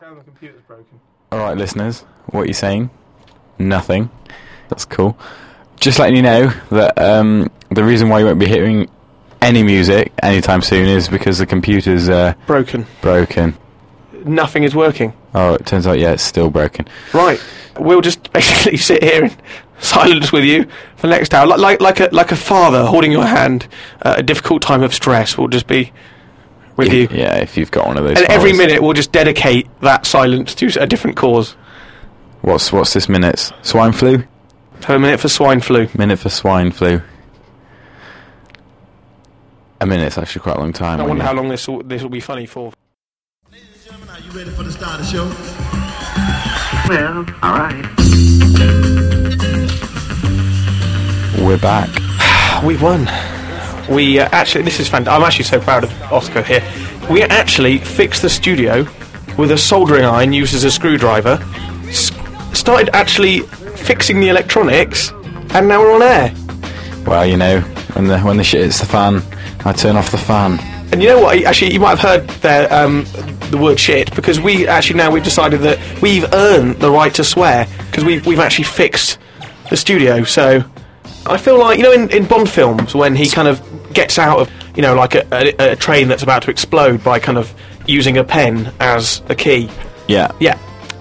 Tell the computer's broken. All right, listeners, what are you saying? Nothing. That's cool. Just letting you know that um, the reason why you won't be hearing any music anytime soon is because the computer's uh, Broken. broken. Nothing is working. Oh, it turns out, yeah, it's still broken. Right. We'll just basically sit here in silence with you for the next hour, like like, like a like a father holding your hand at a difficult time of stress. We'll just be with you, Yeah, if you've got one of those. and every powers. minute we'll just dedicate that silence to a different cause. What's what's this minutes? Swine flu. So a minute for swine flu. Minute for swine flu. A minute's actually quite a long time. I when wonder you- how long this will, this will be funny for. Ladies and gentlemen, are you ready for the start of the show? Well, all right. We're back. We won. We uh, actually, this is fantastic. I'm actually so proud of Oscar here. We actually fixed the studio with a soldering iron used as a screwdriver. S- started actually fixing the electronics, and now we're on air. Well, you know, when the when the shit hits the fan, I turn off the fan. And you know what? Actually, you might have heard there, um, the word shit because we actually now we've decided that we've earned the right to swear because we've we've actually fixed the studio. So I feel like you know in, in Bond films when he kind of gets out of you know like a, a, a train that's about to explode by kind of using a pen as a key. Yeah. Yeah,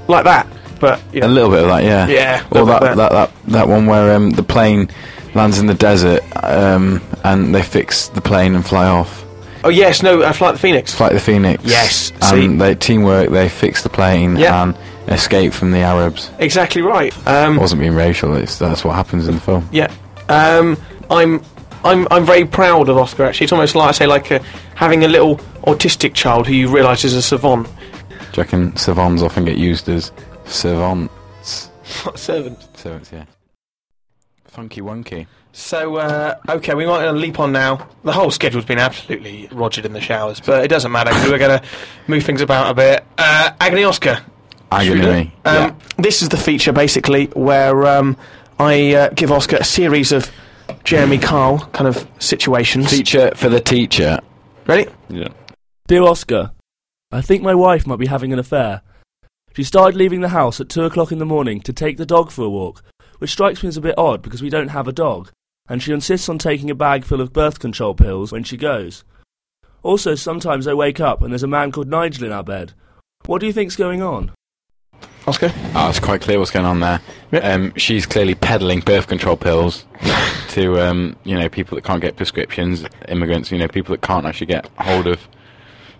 like that. But you A know, little bit of that, yeah. Yeah, Or little bit that, of that. that. That, that one where um, the plane lands in the desert um, and they fix the plane and fly off. oh yes, no, uh, Flight of the Phoenix. Flight of the Phoenix. Yes, see. And they teamwork. They fix the plane Yeah. and escape from the Arabs. Exactly right. Um, It wasn't being racial. It's that's what happens in the film. Yeah, um, I'm, I'm, I'm very proud of Oscar. Actually, it's almost like I say, like uh having a little autistic child who you realise is a savant. Do you reckon savants often get used as servants? Servant. Servants, yeah. Funky wonky. So uh, okay, we might uh, leap on now. The whole schedule's been absolutely rogered in the showers, but it doesn't matter 'cause we're going to move things about a bit. Uh, Agony Oscar. Agony. Um, yeah. This is the feature basically where um, I uh, give Oscar a series of Jeremy Carl kind of situations. Teacher for the teacher. Ready? Yeah. Dear Oscar, I think my wife might be having an affair. She started leaving the house at two o'clock in the morning to take the dog for a walk, which strikes me as a bit odd because we don't have a dog, and she insists on taking a bag full of birth control pills when she goes. Also, sometimes I wake up and there's a man called Nigel in our bed. What do you think's going on? Oscar. Oh, it's quite clear what's going on there. Yeah. Um, she's clearly peddling birth control pills to um, you know people that can't get prescriptions, immigrants, you know people that can't actually get hold of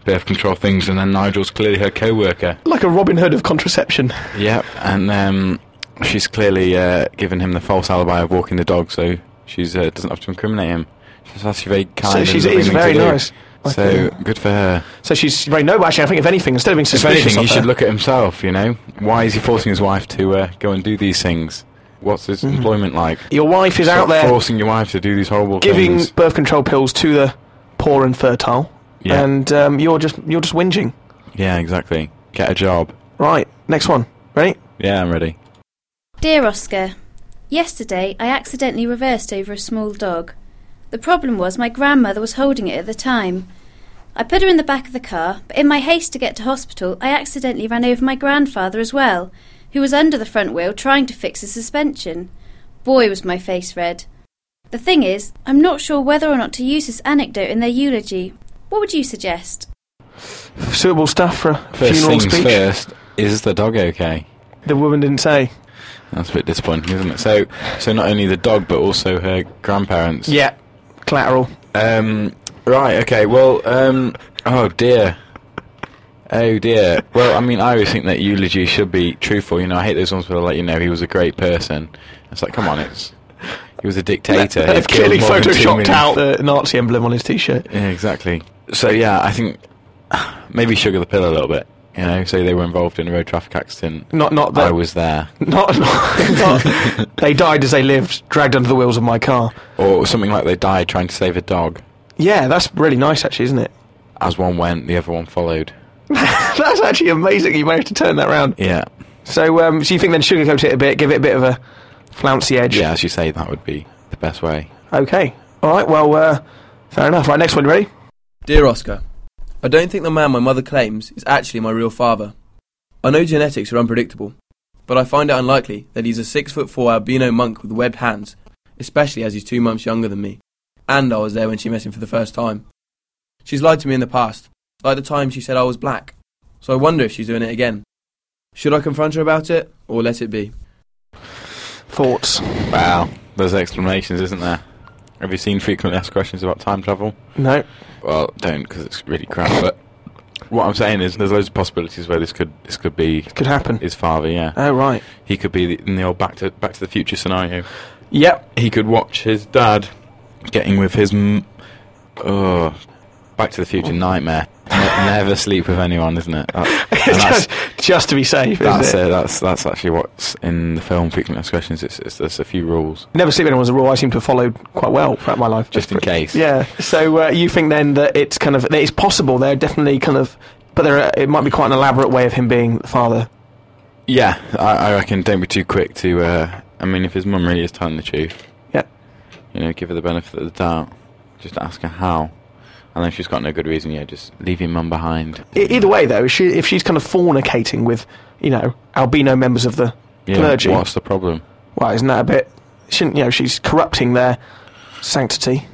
birth control things. And then Nigel's clearly her co-worker. Like a Robin Hood of contraception. Yep. And um, she's clearly uh, given him the false alibi of walking the dog, so she's uh, doesn't have to incriminate him. She's actually very kind. So and she's, loving it's thing to very do. nice. I So think. good for her. so she's very noble. Actually, I think if anything, instead of being If suspicious, anything, of he her- should look at himself. You know, why is he forcing his wife to uh, go and do these things? What's his Mm-hmm. employment like? Your wife is out Stop there forcing your wife to do these horrible giving things. birth control pills to the poor and fertile, Yeah, and um, you're just you're just whinging. yeah, exactly. Get a job. Right, next one. Ready? Yeah, I'm ready. Dear Oscar, yesterday I accidentally reversed over a small dog. The problem was my grandmother was holding it at the time. I put her in the back of the car, but in my haste to get to hospital, I accidentally ran over my grandfather as well, who was under the front wheel trying to fix his suspension. Boy, was my face red. The thing is, I'm not sure whether or not to use this anecdote in their eulogy. What would you suggest? Suitable stuff for a First funeral things speech. first. Is the dog okay? The woman didn't say. That's a bit disappointing, isn't it? So, so not only the dog, but also her grandparents. Yeah, collateral. Um. Right. Okay. Well. Um. Oh dear. Oh dear. Well, I mean, I always think that eulogy should be truthful. You know, I hate those ones where they let you know he was a great person. It's like, come on, it's he was a dictator. He They've killed clearly more than two photoshopped out million- the Nazi emblem on his t-shirt. Yeah, exactly. So yeah, I think maybe sugar the pill a little bit. You know, say they were involved in a road traffic accident. Not not I that. was there, Not, not, not they died as they lived, dragged under the wheels of my car. or something like they died trying to save a dog. Yeah, that's really nice, actually, isn't it? As one went, the other one followed. That's actually amazing. You managed to turn that round. Yeah, So, um, so you think then sugarcoat it a bit, give it a bit of a flouncy edge? yeah. As you say, that would be the best way. Okay. All right. Well, uh, fair enough. Right. Next one. Ready? Dear Oscar, I don't think the man my mother claims is actually my real father. I know genetics are unpredictable, but I find it unlikely that he's a six foot four albino monk with webbed hands, especially as he's two months younger than me, and I was there when she met him for the first time. She's lied to me in the past, like the time she said I was black, so I wonder if she's doing it again. Should I confront her about it, or let it be? Thoughts? Wow. There's explanations, isn't there? Have you seen frequently asked questions about time travel? No. Well, don't because it's really crap. But what I'm saying is, there's loads of possibilities where this could this could be Could happen. his father. Yeah, Oh, right. he could be the, in the old Back to Back to the Future scenario. Yep. He could watch his dad getting with his m- oh, Back to the Future nightmare. Ne- never sleep with anyone, isn't it? That- and that's, just, just to be safe, that's isn't it? it. That's that's actually what's in the film. Frequently asked questions. It's, it's there's a few rules Never sleep anyone's a rule I seem to have followed quite well throughout my life. just in case. Yeah. So uh, you think then that it's kind of that it's possible? They're definitely kind of, but there are, it might be quite an elaborate way of him being the father. Yeah, I, I reckon don't be too quick to. Uh, I mean, if his mum really is telling the truth, Yeah. you know, give her the benefit of the doubt. Just ask her how, and then if she's got no good reason. Yeah, just leave your mum behind. E- either way, though, if, she, if she's kind of fornicating with, you know, albino members of the yeah, clergy, What's the problem? well, isn't that a bit? Shouldn't you know? She's corrupting their sanctity.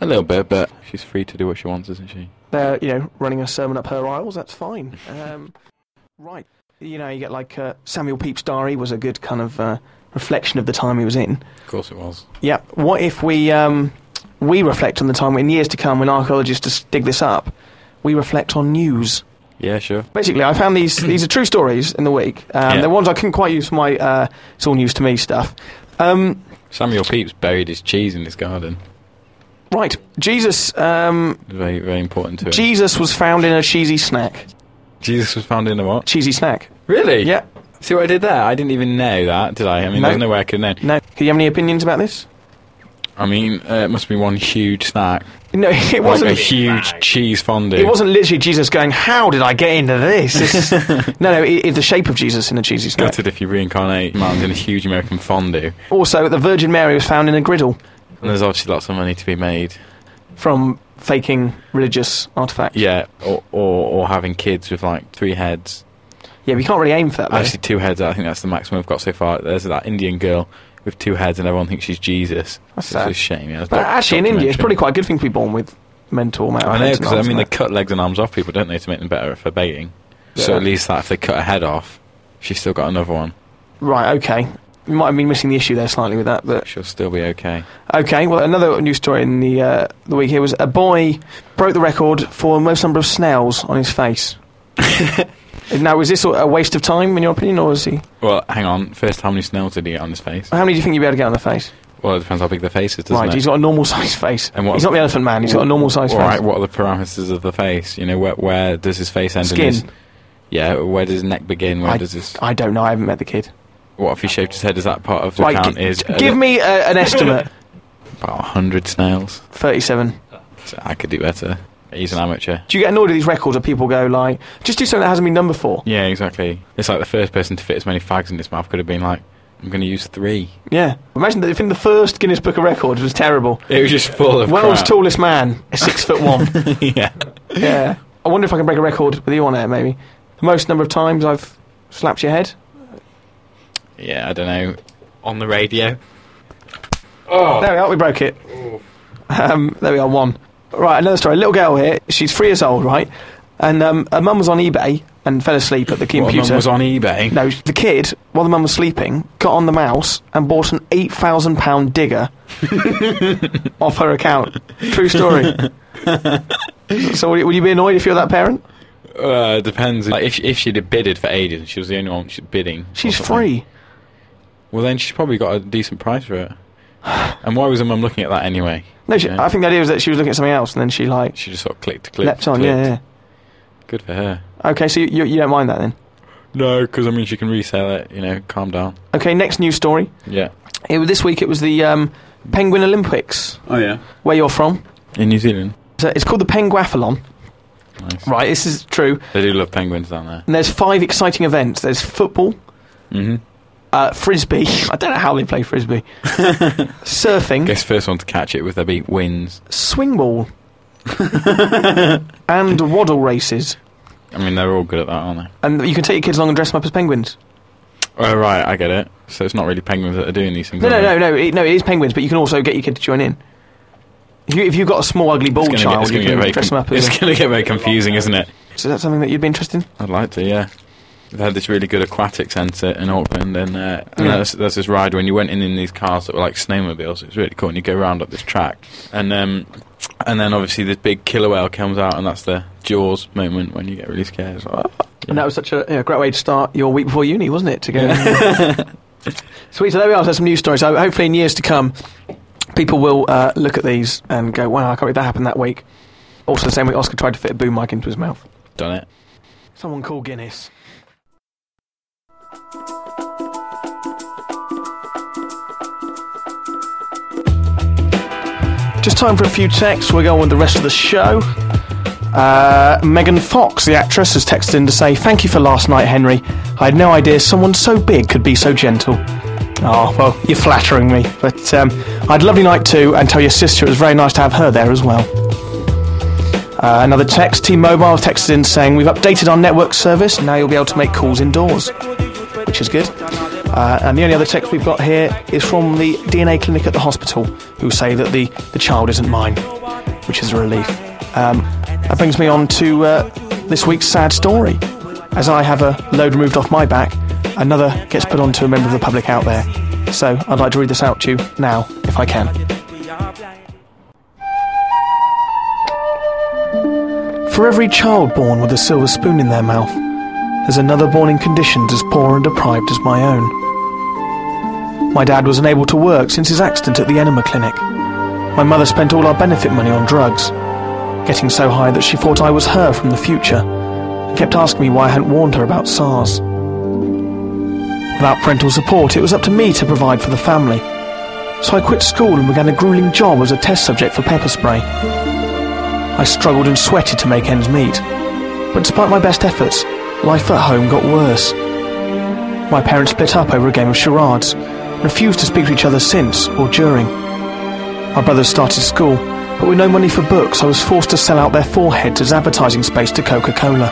A little bit, but she's free to do what she wants, isn't she? They're you know running a sermon up her aisles. That's fine. Um, right. You know, you get like uh, Samuel Pepys' diary was a good kind of uh, reflection of the time he was in. Of course, it was. Yeah. What if we um, we reflect on the time in years to come when archaeologists dig this up? We reflect on news. Yeah, sure. Basically, I found these these are true stories in the week. Um, Yeah. They're ones I couldn't quite use for my uh, it's all news to me stuff. Um, Samuel Pepys buried his cheese in his garden. right, Jesus um, Very, very important to him. Jesus was found in a cheesy snack. Jesus was found in a what? Cheesy snack. Really? Yeah. See what I did there? I didn't even know that, did I? I mean, No. there's no way I could know. No. Do you have any opinions about this? I mean, uh, it must be one huge snack. No, it Like a wasn't. huge cheese fondue. It wasn't literally Jesus going, "How did I get into this?" This- no, no, it, it's the shape of Jesus in a cheesy snack. gutted if you reincarnate Martin in a huge American fondue. Also, the Virgin Mary was found in a griddle. And there's obviously lots of money to be made. from faking religious artifacts. Yeah, or, or, or having kids with like three heads. yeah, we can't really aim for that. Though. Actually, two heads, I think that's the maximum we've got so far. There's that Indian girl with two heads and everyone thinks she's Jesus. That's It's sad. a shame. Yeah, It's but doc- actually, in India, it's probably documentary. quite a good thing to be born with mental amount. of I know, heads and because I arms mean, and they that. cut legs and arms off people, don't they, to make them better at for baiting. So Yeah. at least that if they cut a head off, she's still got another one. right. Okay, we might have been missing the issue there slightly with that, but She'll still be okay. okay. Well, another news story in the uh, the week here was a boy broke the record for most number of snails on his face. now, was this a waste of time in your opinion, or was he? Well, hang on. First, how many snails did he get on his face? How many do you think you'd be able to get on the face? Well, it depends how big the face is, doesn't right, it? he's got a normal sized face. And what- he's not the elephant man. He's got a normal sized All face. right, what are the parameters of the face? You know, where, where does his face end? and Skin. his- yeah, where does his neck begin? Where I, does his... I don't know. I haven't met the kid. What if he shaved his head? Is that part of the Right, count? g- is uh, give me a, an estimate. about 100 snails. 37. So I could do better. He's an amateur. Do you get annoyed at these records where people go like, just do something that hasn't been done before? Yeah, exactly. It's like the first person to fit as many fags in his mouth could have been like, I'm going to use three. Yeah. Imagine that if in the first Guinness Book of Records was terrible. It was just full of World's crap. tallest man, is six foot one. yeah. yeah. I wonder if I can break a record with you on it, maybe. The most number of times I've slapped your head. Yeah, I don't know. On the radio. There we are, we broke it. Um, there we are, one. Right, another story. A little girl here, she's three years old, right? And um, her mum was on eBay and fell asleep at the What, computer. mum was on eBay. No, the kid, while the mum was sleeping, got on the mouse and bought an eight thousand pound digger off her account. True story. so, would you, would you be annoyed if you're that parent? Uh, depends. Like, if, if she'd have bidded for ages and she was the only one she'd bidding. or She's something. free. Well, then she's probably got a decent price for it. And why was her mum looking at that anyway? No, she, Yeah. I think the idea was that she was looking at something else and then she like She just sort of clicked, clicked, leapt on. clicked. Yeah, Good for her. yeah. Okay, so you, you don't mind that then? No, because I mean she can resell it. You know, calm down. Okay, next news story. Yeah. It, was- this week it was the um, Penguin Olympics. Oh yeah. Where you're from? In New Zealand. So it's called the Penguathlon. Nice. Right, this is true. They do love penguins down there. And there's five exciting events. There's football, Mm-hmm. uh, frisbee. I don't know how they play frisbee. Surfing, Guess first one to catch it with their beak wins. swing ball, and waddle races. I mean, they're all good at that, aren't And you can take your kids along and dress them up as penguins. they? Oh, right, I get it. So it's not really penguins that are doing these things. No, are no, they? no, no. It, no, it is penguins, but you can also get your kid to join in. If, you, if you've got a small, ugly, bald It's child, going to you can get very dress them com- up as. it's a- going to get very confusing, isn't it? So that's something that you'd be interested in. I'd like to, yeah. They had this really good aquatic centre in Auckland, and, uh, and Yeah. there's, there's this ride when you went in in these cars that were like snowmobiles. It was really cool, and you go round up this track, and um, and then obviously this big killer whale comes out, and that's the Jaws moment when you get really scared. It's like, "Oh." And that was such a you know, great way to start your week before uni, wasn't it? To go. Sweet. So there we are. There's some news stories. So hopefully, in years to come, people will uh, look at these and go, "Wow, I can't believe that happened that week." Also, the same week Oscar tried to fit a boom mic into his mouth. Done it. Someone call Guinness. Just time for a few texts. We're going with the rest of the show. Uh, Megan Fox, the actress, has texted in to say, Thank you for last night, Henry. I had no idea someone so big could be so gentle. Oh, well, you're flattering me. But um, I had a lovely night too, and tell your sister it was very nice to have her there as well. Uh, another text, T-Mobile texted in saying, we've updated our network service, now you'll be able to make calls indoors, which is good. Uh, and the only other text we've got here is from the DNA clinic at the hospital, who say that the, the child isn't mine, which is a relief. Um, that brings me on to uh, this week's sad story. As I have a load removed off my back, another gets put onto a member of the public out there. So I'd like to read this out to you now, if I can. For every child born with a silver spoon in their mouth, there's another born in conditions as poor and deprived as my own. My dad was unable to work since his accident at the enema clinic. My mother spent all our benefit money on drugs, getting so high that she thought I was her from the future, and kept asking me why I hadn't warned her about SARS. Without parental support, it was up to me to provide for the family. So I quit school and began a grueling job as a test subject for pepper spray. I struggled and sweated to make ends meet. But despite my best efforts, life at home got worse. My parents split up over a game of charades, and refused to speak to each other since or during. My brothers started school, but with no money for books, I was forced to sell out their foreheads as advertising space to Coca Cola.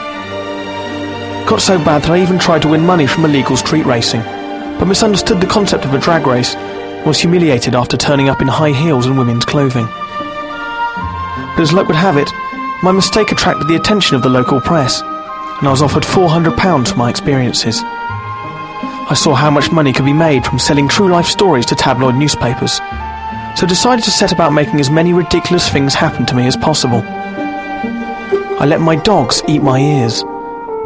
Got so bad that I even tried to win money from illegal street racing, but misunderstood the concept of a drag race and was humiliated after turning up in high heels and women's clothing but as luck would have it, my mistake attracted the attention of the local press, and I was offered £400 for my experiences. I saw how much money could be made from selling true life stories to tabloid newspapers, so decided to set about making as many ridiculous things happen to me as possible. I let my dogs eat my ears,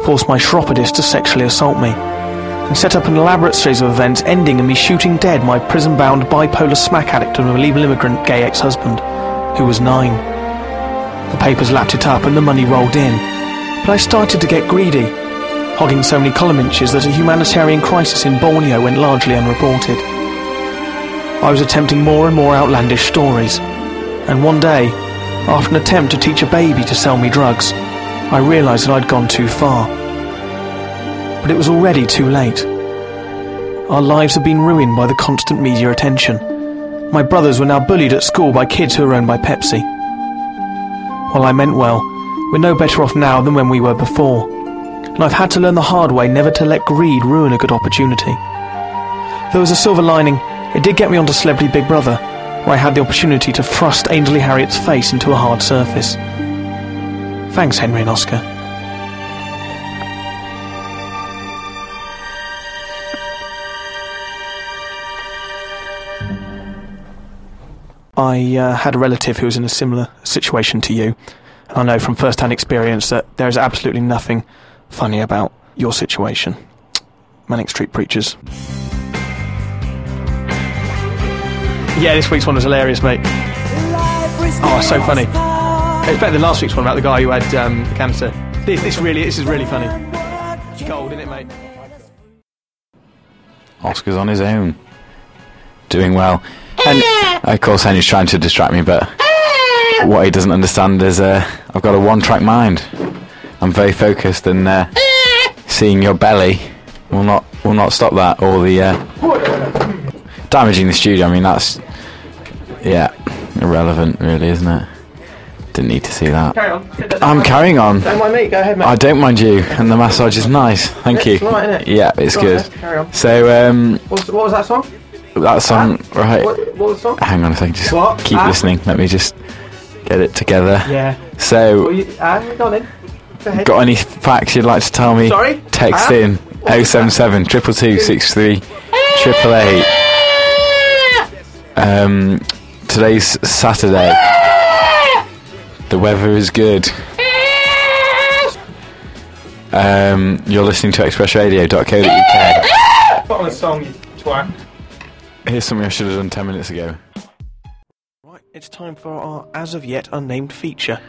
forced my chiropodist to sexually assault me, and set up an elaborate series of events ending in me shooting dead my prison bound bipolar smack addict and illegal immigrant gay ex husband, who was nine. The papers lapped it up and the money rolled in. But I started to get greedy, hogging so many column inches that a humanitarian crisis in Borneo went largely unreported. I was attempting more and more outlandish stories. And one day, after an attempt to teach a baby to sell me drugs, I realised that I'd gone too far. But it was already too late. Our lives had been ruined by the constant media attention. My brothers were now bullied at school by kids who were owned by Pepsi. While I meant well, we're no better off now than when we were before. And I've had to learn the hard way never to let greed ruin a good opportunity. There was a silver lining. It did get me onto Celebrity Big Brother, where I had the opportunity to thrust Ainsley Harriet's face into a hard surface. Thanks, Henry and Oscar. I uh, had a relative who was in a similar situation to you. And I know from first hand experience that there is absolutely nothing funny about your situation. Manic Street Preachers. Yeah, this week's one was hilarious, mate. Oh, so funny. It's better than last week's one about the guy who had um, cancer. This, this really, this is really funny. Gold, isn't it, mate? Oscar's on his own, doing well. And of course, Henry's trying to distract me, but what he doesn't understand is uh, I've got a one-track mind. I'm very focused, and uh, seeing your belly will not will not stop that or the uh, damaging the studio. I mean, that's yeah, irrelevant, really, isn't it? Didn't need to see that. Carry on. I'm carrying on. Don't mind me. Go ahead, mate. I don't mind you, and the massage is nice. Thank you. It's right, innit? Yeah, it's Go on, good. then. Carry on. So um, What's, what was that song? Ah, that song, right? What, what was the song? Hang on a second. Just What? keep Ah. listening. Let me just get it together. Yeah. So, Well, you, uh, go on then. Go ahead. got any facts you'd like to tell me? Sorry? Text Ah? in 077 222 888. Um, today's Saturday. The weather is good. Um, you're listening to expressradio.co.uk. Put on a song, you twat. Here's something I should have done 10 minutes ago. Right, it's time for our as of yet unnamed feature.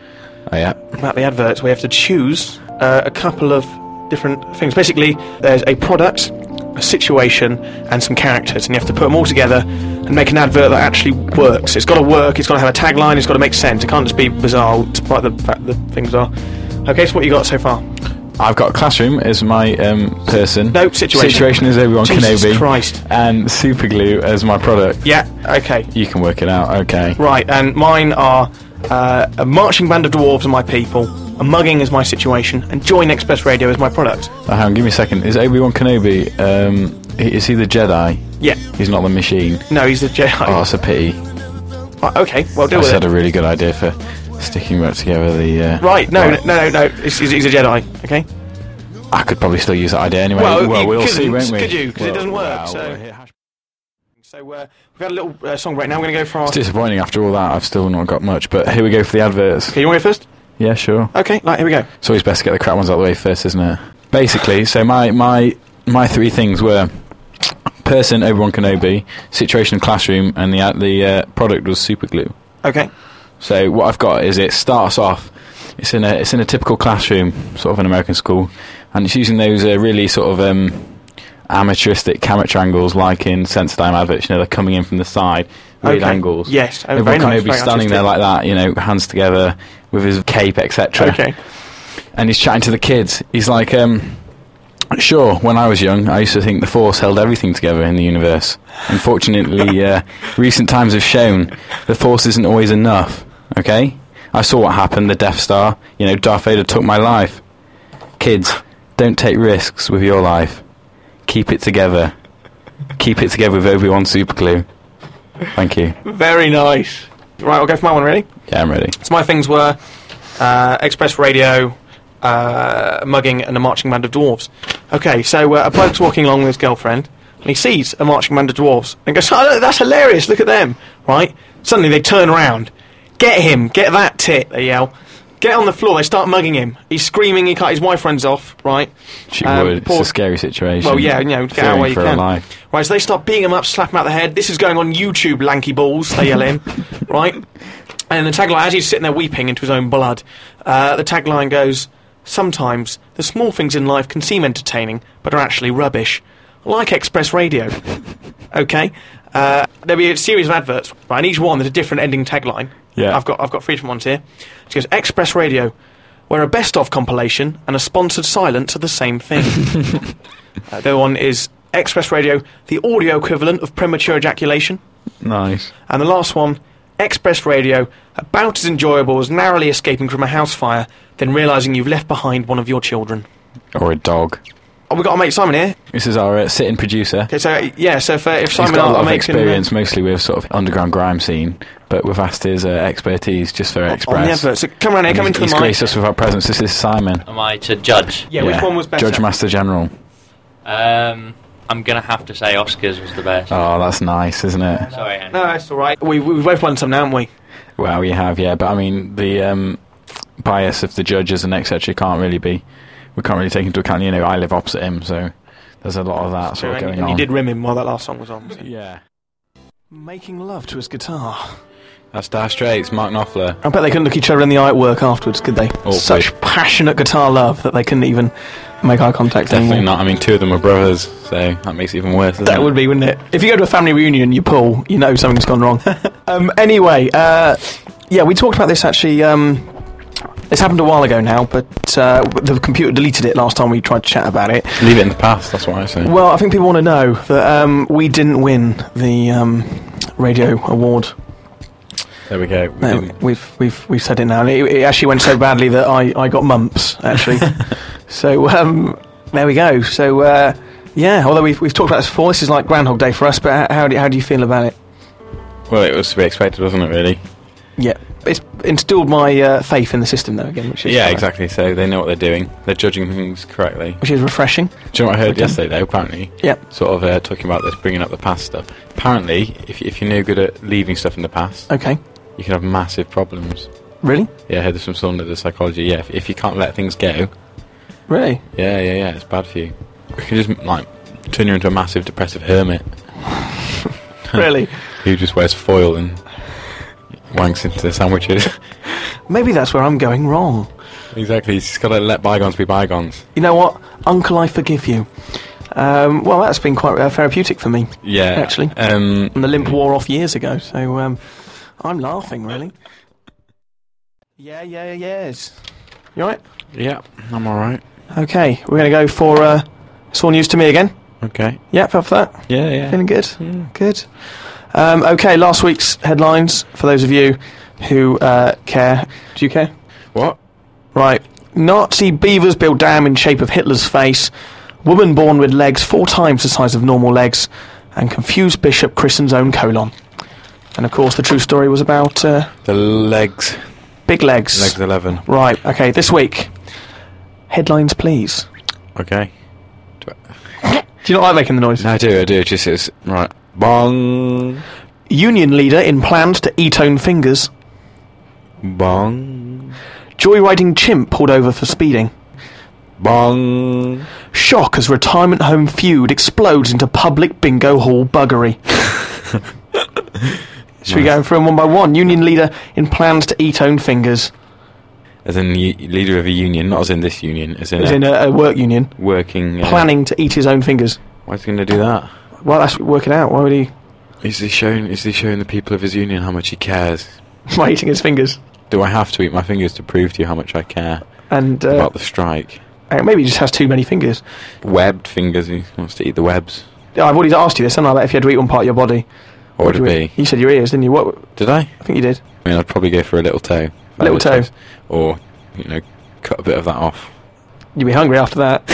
Oh, yeah. About the adverts, we have to choose uh, a couple of different things. Basically, there's a product, a situation, and some characters, and you have to put them all together and make an advert that actually works. It's got to work, it's got to have a tagline, it's got to make sense. It can't just be bizarre, despite the fact that things are. Okay, so what you got so far? I've got classroom as my um, person. No, situation. Situation is Obi Wan Jesus Kenobi. Christ. And superglue as my product. Yeah, okay. You can work it out. Okay. Right, and mine are uh, a marching band of dwarves are my people, a mugging is my situation, and Join Express Radio is my product. Oh, hang on, give me a second. Is Obi Wan Kenobi? Um, i- is he the Jedi? Yeah, He's not the machine. no, he's the Jedi. Oh, that's a pity. Right, okay, well, deal I with it. had a really good idea for sticking back together. The uh, Right, no, no, no, no. He's, he's he's a Jedi. Okay. I could probably still use that idea anyway. Well, well you we'll see, couldn't, won't we? could you? 'Cause it doesn't work, well, so- we're here. Hash- So uh, we've had a little uh, song break now. We're going to go for our. It's disappointing after all that. I've still not got much, but here we go for the adverts. Okay, you want to go first? Yeah, sure. Okay, right, here we go. It's always best to get the crap ones out of the way first, isn't it? Basically, so my my my three things were person Obi Wan Kenobi, situation classroom, and the ad- the uh, product was super glue. Okay. So what I've got is it starts off. It's in a it's in a typical classroom, sort of an American school, and it's using those uh, really sort of um, amateuristic camera angles, like in Sense Time adverts. You know, they're coming in from the side, weird Okay. angles. Yes, oh, Everyone very can nice, be very standing there like artistic. that, you know, hands together with his cape, etc. Okay. And he's chatting to the kids. He's like, um, "Sure, when I was young, I used to think the Force held everything together in the universe. Unfortunately, uh, recent times have shown the Force isn't always enough. Okay, I saw what happened. The Death Star. You know, Darth Vader took my life. Kids, don't take risks with your life. Keep it together. Keep it together with Obi Wan Superglue. Thank you. Very nice. Right, I'll go for my one. Ready? Yeah, I'm ready. So my things were uh, Express Radio, uh, mugging, and a marching band of dwarves. Okay, so uh, a bloke's walking along with his girlfriend, and he sees a marching band of dwarves, and goes, "Oh, look, that's hilarious! Look at them!" Right? Suddenly they turn around, get him, get that tit! They yell, get on the floor. They start mugging him. He's screaming. He cut his wife runs off. Right? She Um, would. It's poor- a scary situation. Well, yeah, you know, get out Fearing where you for her can. life. Right, so they start beating him up, slap him out the head. This is going on YouTube, lanky balls, they yell in. Right? And the tagline, as he's sitting there weeping into his own blood, uh, the tagline goes, Sometimes the small things in life can seem entertaining, but are actually rubbish. Like Express Radio. Okay? Uh, there'll be a series of adverts, right? And each one, there's a different ending tagline. Yeah. I've got, I've got three different ones here. It goes, Express Radio, where a best of compilation and a sponsored silence are the same thing. Uh, the other one is Express Radio, the audio equivalent of premature ejaculation. Nice. And the last one, Express Radio, about as enjoyable as narrowly escaping from a house fire, then realising you've left behind one of your children. Or a dog. Oh, we've got our mate Simon here. This is our uh, sitting producer. Okay, so uh, yeah, so if, uh, if He's Simon got a our lot of mate can, uh, experience, mostly with sort of underground grime scene, but we've asked his uh, expertise just for Express. on the advert, Oh, so come round here, And come he's- into the he's mic. graced us with our presence. This is Simon. Am I to judge? Yeah, which one was better? Judge Master General. Um, I'm gonna have to say Oscars was the best. Oh, that's nice, isn't it? Sorry, Henry. No, that's all right. We we we've both won some now, haven't we? Well, you have, yeah. But I mean, the um, bias of the judges and etc. can't really be. We can't really take into account. You know, I live opposite him, so there's a lot of that and, sort of Oh, going and on. you did rim him while that last song was on. so. yeah. Making love to his guitar. That's Dire Straits, Mark Knopfler. I bet they couldn't look each other in the eye at work afterwards, could they? Awkward. Such passionate guitar love that they couldn't even make eye contact Definitely anymore. not. I mean, two of them are brothers, so that makes it even worse. doesn't That it? would be, wouldn't it? If you go to a family reunion, you pull, you know something's gone wrong. um, anyway, uh, yeah, we talked about this actually. Um, this happened a while ago now, but uh, the computer deleted it last time we tried to chat about it. leave it in the past. That's what I say. Well, I think people want to know that um, we didn't win the um, radio award. There we go. We No, didn't- we've we've we've said it now. And It, it actually went so badly that I, I got mumps actually. so um, there we go. So uh, yeah, although we've we've talked about this before, this is like Groundhog Day for us. But h- how do how do you feel about it? Well, it was to be expected, wasn't it? Really? Yeah, it's instilled my uh, faith in the system though again, which is Yeah, uh, exactly. So they know what they're doing. They're judging things correctly. which is refreshing. Do you know what I heard Okay. yesterday though? Apparently, Yeah. sort of uh, talking about this, bringing up the past stuff. Apparently, if if you're no good at leaving stuff in the past, Okay, you can have massive problems. really, Yeah, I heard this from someone at the psychology. Yeah, if, if you can't let things go, really. yeah, yeah, yeah, it's bad for you. It can just like turn you into a massive depressive hermit Really, who just wears foil and wanks into sandwiches. maybe that's where I'm going wrong. exactly, you just gotta let bygones be bygones. You know what, Uncle, I forgive you. Um, well, that's been quite uh, therapeutic for me, Yeah, Actually. um, and the limp wore off years ago. So um, I'm laughing really. Yeah, yeah, yes. You all right? yeah, I'm all right. Okay, we're going to go for uh, it's all news to me again. Okay, Yep, up for that. yeah, yeah. Feeling good? Good. Um, okay, last week's headlines for those of you who uh, care. Do you care? What? Right. Nazi beavers build dam in shape of Hitler's face. Woman born with legs four times the size of normal legs. And confused bishop christens own colon. And of course, the true story was about uh, The legs. big legs. Legs 11. Right, okay, this week. Headlines, please. Okay. Do you not like making the noise? No, I do, I do. It just is. Right. Bong. Union leader in plans to eat own fingers. Bong. Joyriding chimp pulled over for speeding. Bong. Shock as retirement home feud explodes into public bingo hall buggery. Should we go through them one by one? Union leader in plans to eat own fingers. As in u- leader of a union, not as in this union, as in, As a in a, a work union. working. Uh, Planning to eat his own fingers. Why's he going to do that? Well, that's working out. Why would he... Is he showing? Is he showing the people of his union how much he cares? Why eating his fingers? Do I have to eat my fingers to prove to you how much I care And uh, about the strike? uh, maybe he just has too many fingers. Webbed fingers. He wants to eat the webs. I've already asked you this, haven't I? About if you had to eat one part of your body. What would it you be? You said your ears, didn't you? What? Did I? I think you did. I mean, I'd probably go for a little toe. if I Little had a toe. choice. Or you know, cut a bit of that off. You'd be hungry after that.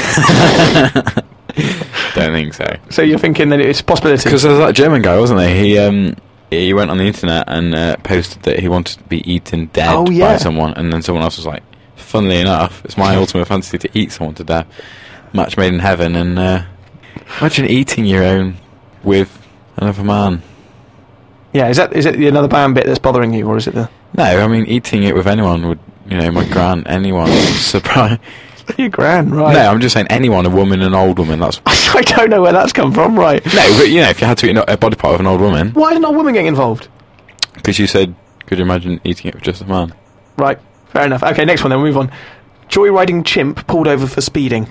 Don't think so. so you're thinking that it's a possibility. Because there was that German guy, wasn't he? He um, he went on the internet and uh, posted that he wanted to be eaten dead Oh, yeah. by someone, and then someone else was like, "Funnily enough, it's my ultimate fantasy to eat someone to death." Match made in heaven, and uh, imagine eating your own with another man. Yeah, is that is it the another band bit that's bothering you, or is it the? No, I mean eating it with anyone would, you know, my gran, anyone. Surprise! Your grand, right? No, I'm just saying anyone, a woman, an old woman. That's no, I don't know where that's come from, right? but you know, if you had to eat a body part of an old woman, Why didn't a woman get involved? because you said, could you imagine eating it with just a man? Right, fair enough. Okay, next one. Then we'll move on. Joyriding chimp pulled over for speeding.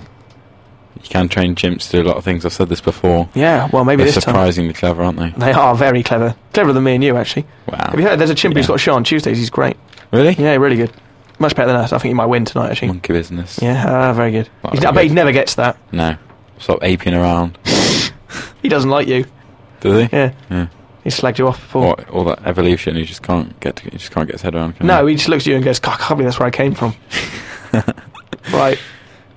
You can train chimps to do a lot of things. I've said this before. Yeah, well maybe They're this time surprisingly clever, aren't they? they are very clever, cleverer than me and you actually. Wow. Have you heard? There's a chimp who's Yeah. got a show on Tuesdays. He's great. Really? Yeah, really good. Much better than us. I think he might win tonight actually. Monkey business. Yeah, ah, very good. Not He's- I Mm. very bet he good. never gets that. No. Stop aping around. He doesn't like you. Does he? Yeah. Yeah. He slagged you off before. What, all that evolution, he just can't get to, he just can't get his head around. Can No, he just looks at you and goes, "God, I can't believe that's where I came from. right.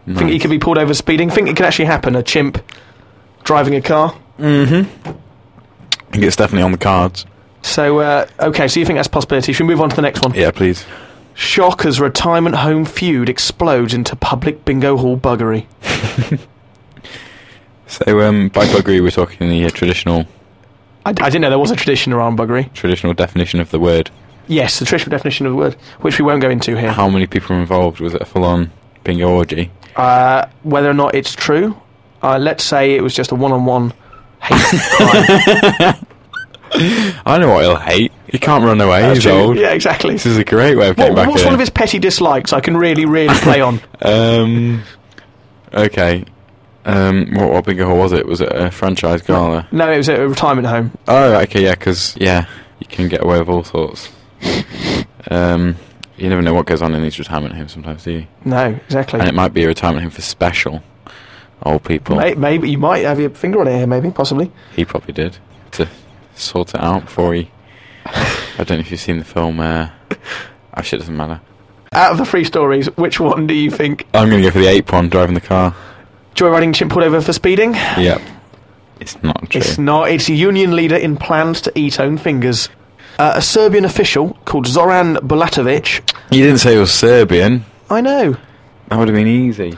he? Think he could be pulled over speeding? Think it could actually happen? A chimp driving a car? Mm-hmm. I think it's definitely on the cards. So, uh, okay, so you think that's a possibility. Should we move on to the next one? Yeah, please. Shock as retirement home feud explodes into public bingo hall buggery. So, um, by buggery, we're talking the uh, traditional I, d- I didn't know there was a tradition around buggery. traditional definition of the word. Yes, the traditional definition of the word, which we won't go into here. How many people were involved? Was it a full-on bingo orgy? Uh, whether or not it's true, uh, let's say it was just a one-on-one hate crime. I know what he'll hate. He can't run away. That's He's true. old. Yeah, exactly. This is a great way of What- getting back what's at one him. of his petty dislikes I can really, really play on? Um. Okay. Um. What, what bingo hall was it? Was it a franchise gala? No, it was at a retirement home. Oh. right, Okay. Yeah. Because yeah, you can get away with all sorts. Um. You never know what goes on in these retirement homes sometimes, do you? No, exactly. And it might be a retirement home for special old people. May- Maybe you might have your finger on it here, maybe, possibly. He probably did to sort it out before he I don't know if you've seen the film. Uh, actually, it doesn't matter. Out of the three stories, which one do you think? I'm going to go for the ape one, driving the car. Joyriding chimp pulled over for speeding? Yep. It's not true. It's not. It's a union leader in plans to eat own fingers. Uh, a Serbian official called Zoran Bulatovic. you didn't say it was Serbian. I know. That would have been easy.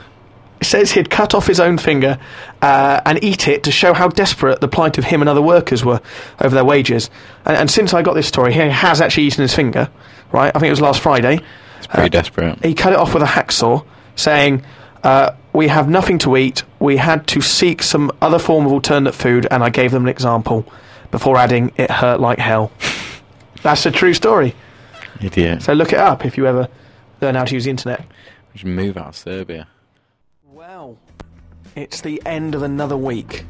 It says he'd cut off his own finger uh, and eat it to show how desperate the plight of him and other workers were over their wages. And, and since I got this story, he has actually eaten his finger, right? I think it was last Friday. It's pretty desperate. He cut Uh, it off with a hacksaw, saying, uh, We have nothing to eat. We had to seek some other form of alternate food, and I gave them an example before adding, It hurt like hell. That's a true story. Idiot. So look it up if you ever learn how to use the internet. Just move out of Serbia. Well, it's the end of another week.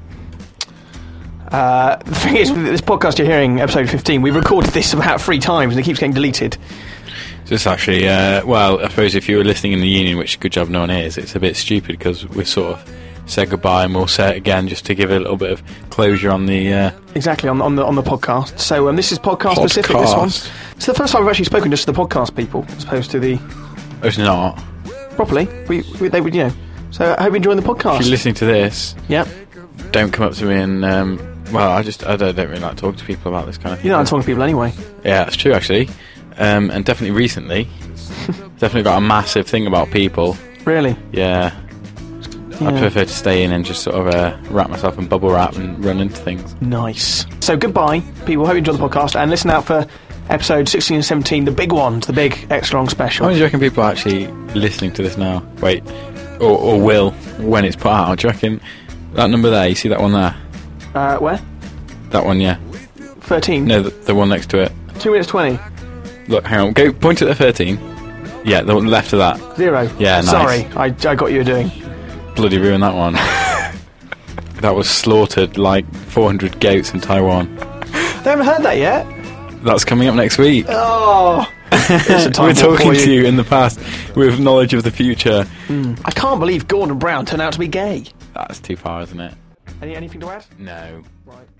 Uh, the thing is, with this podcast you're hearing, episode 15, we recorded this about three times and it keeps getting deleted. So it's actually, uh, well, I suppose if you were listening in the union, which good job no one is, it's a bit stupid because we sort of said goodbye and we'll say it again just to give it a little bit of closure on the. Uh, Exactly on, on the on the podcast. So um, this is podcast, specific. This one. podcast. It's the first time we've actually spoken just to the podcast people, as opposed to the Oh, it's not. properly. We, we they would you know. So I hope you enjoying the If podcast. you're listening to this, yeah, don't come up to me and. Um, well, I just I don't, don't really like talking to people about this kind of. you know I'm talking to people anyway. Yeah, that's true actually, um, and definitely recently, definitely got a massive thing about people. Really. Yeah, I Yeah. prefer to stay in and just sort of uh, wrap myself in bubble wrap and run into things. Nice. So goodbye, people. Hope you enjoy the podcast and listen out for episode 16 and 17, the big ones, the big extra long How special. many do you reckon people are actually listening to this now? Wait, or, or will when it's put out? Do you reckon that number there? You see that one there? Uh, where? That one, yeah. 13. No, the, the one next to it. Two minutes twenty. Look, hang on. Go point at the thirteen. Yeah, the one left of that. Zero. Yeah, nice. Sorry, I, I got you a doing. Bloody ruined that one. that was slaughtered like 400 goats in Taiwan. They haven't heard that yet. That's coming up next week. Oh, it's a time We're warp talking for to you in the past with knowledge of the future. I can't believe Gordon Brown turned out to be gay. That's too far, isn't it? Any, anything to add? No. Right.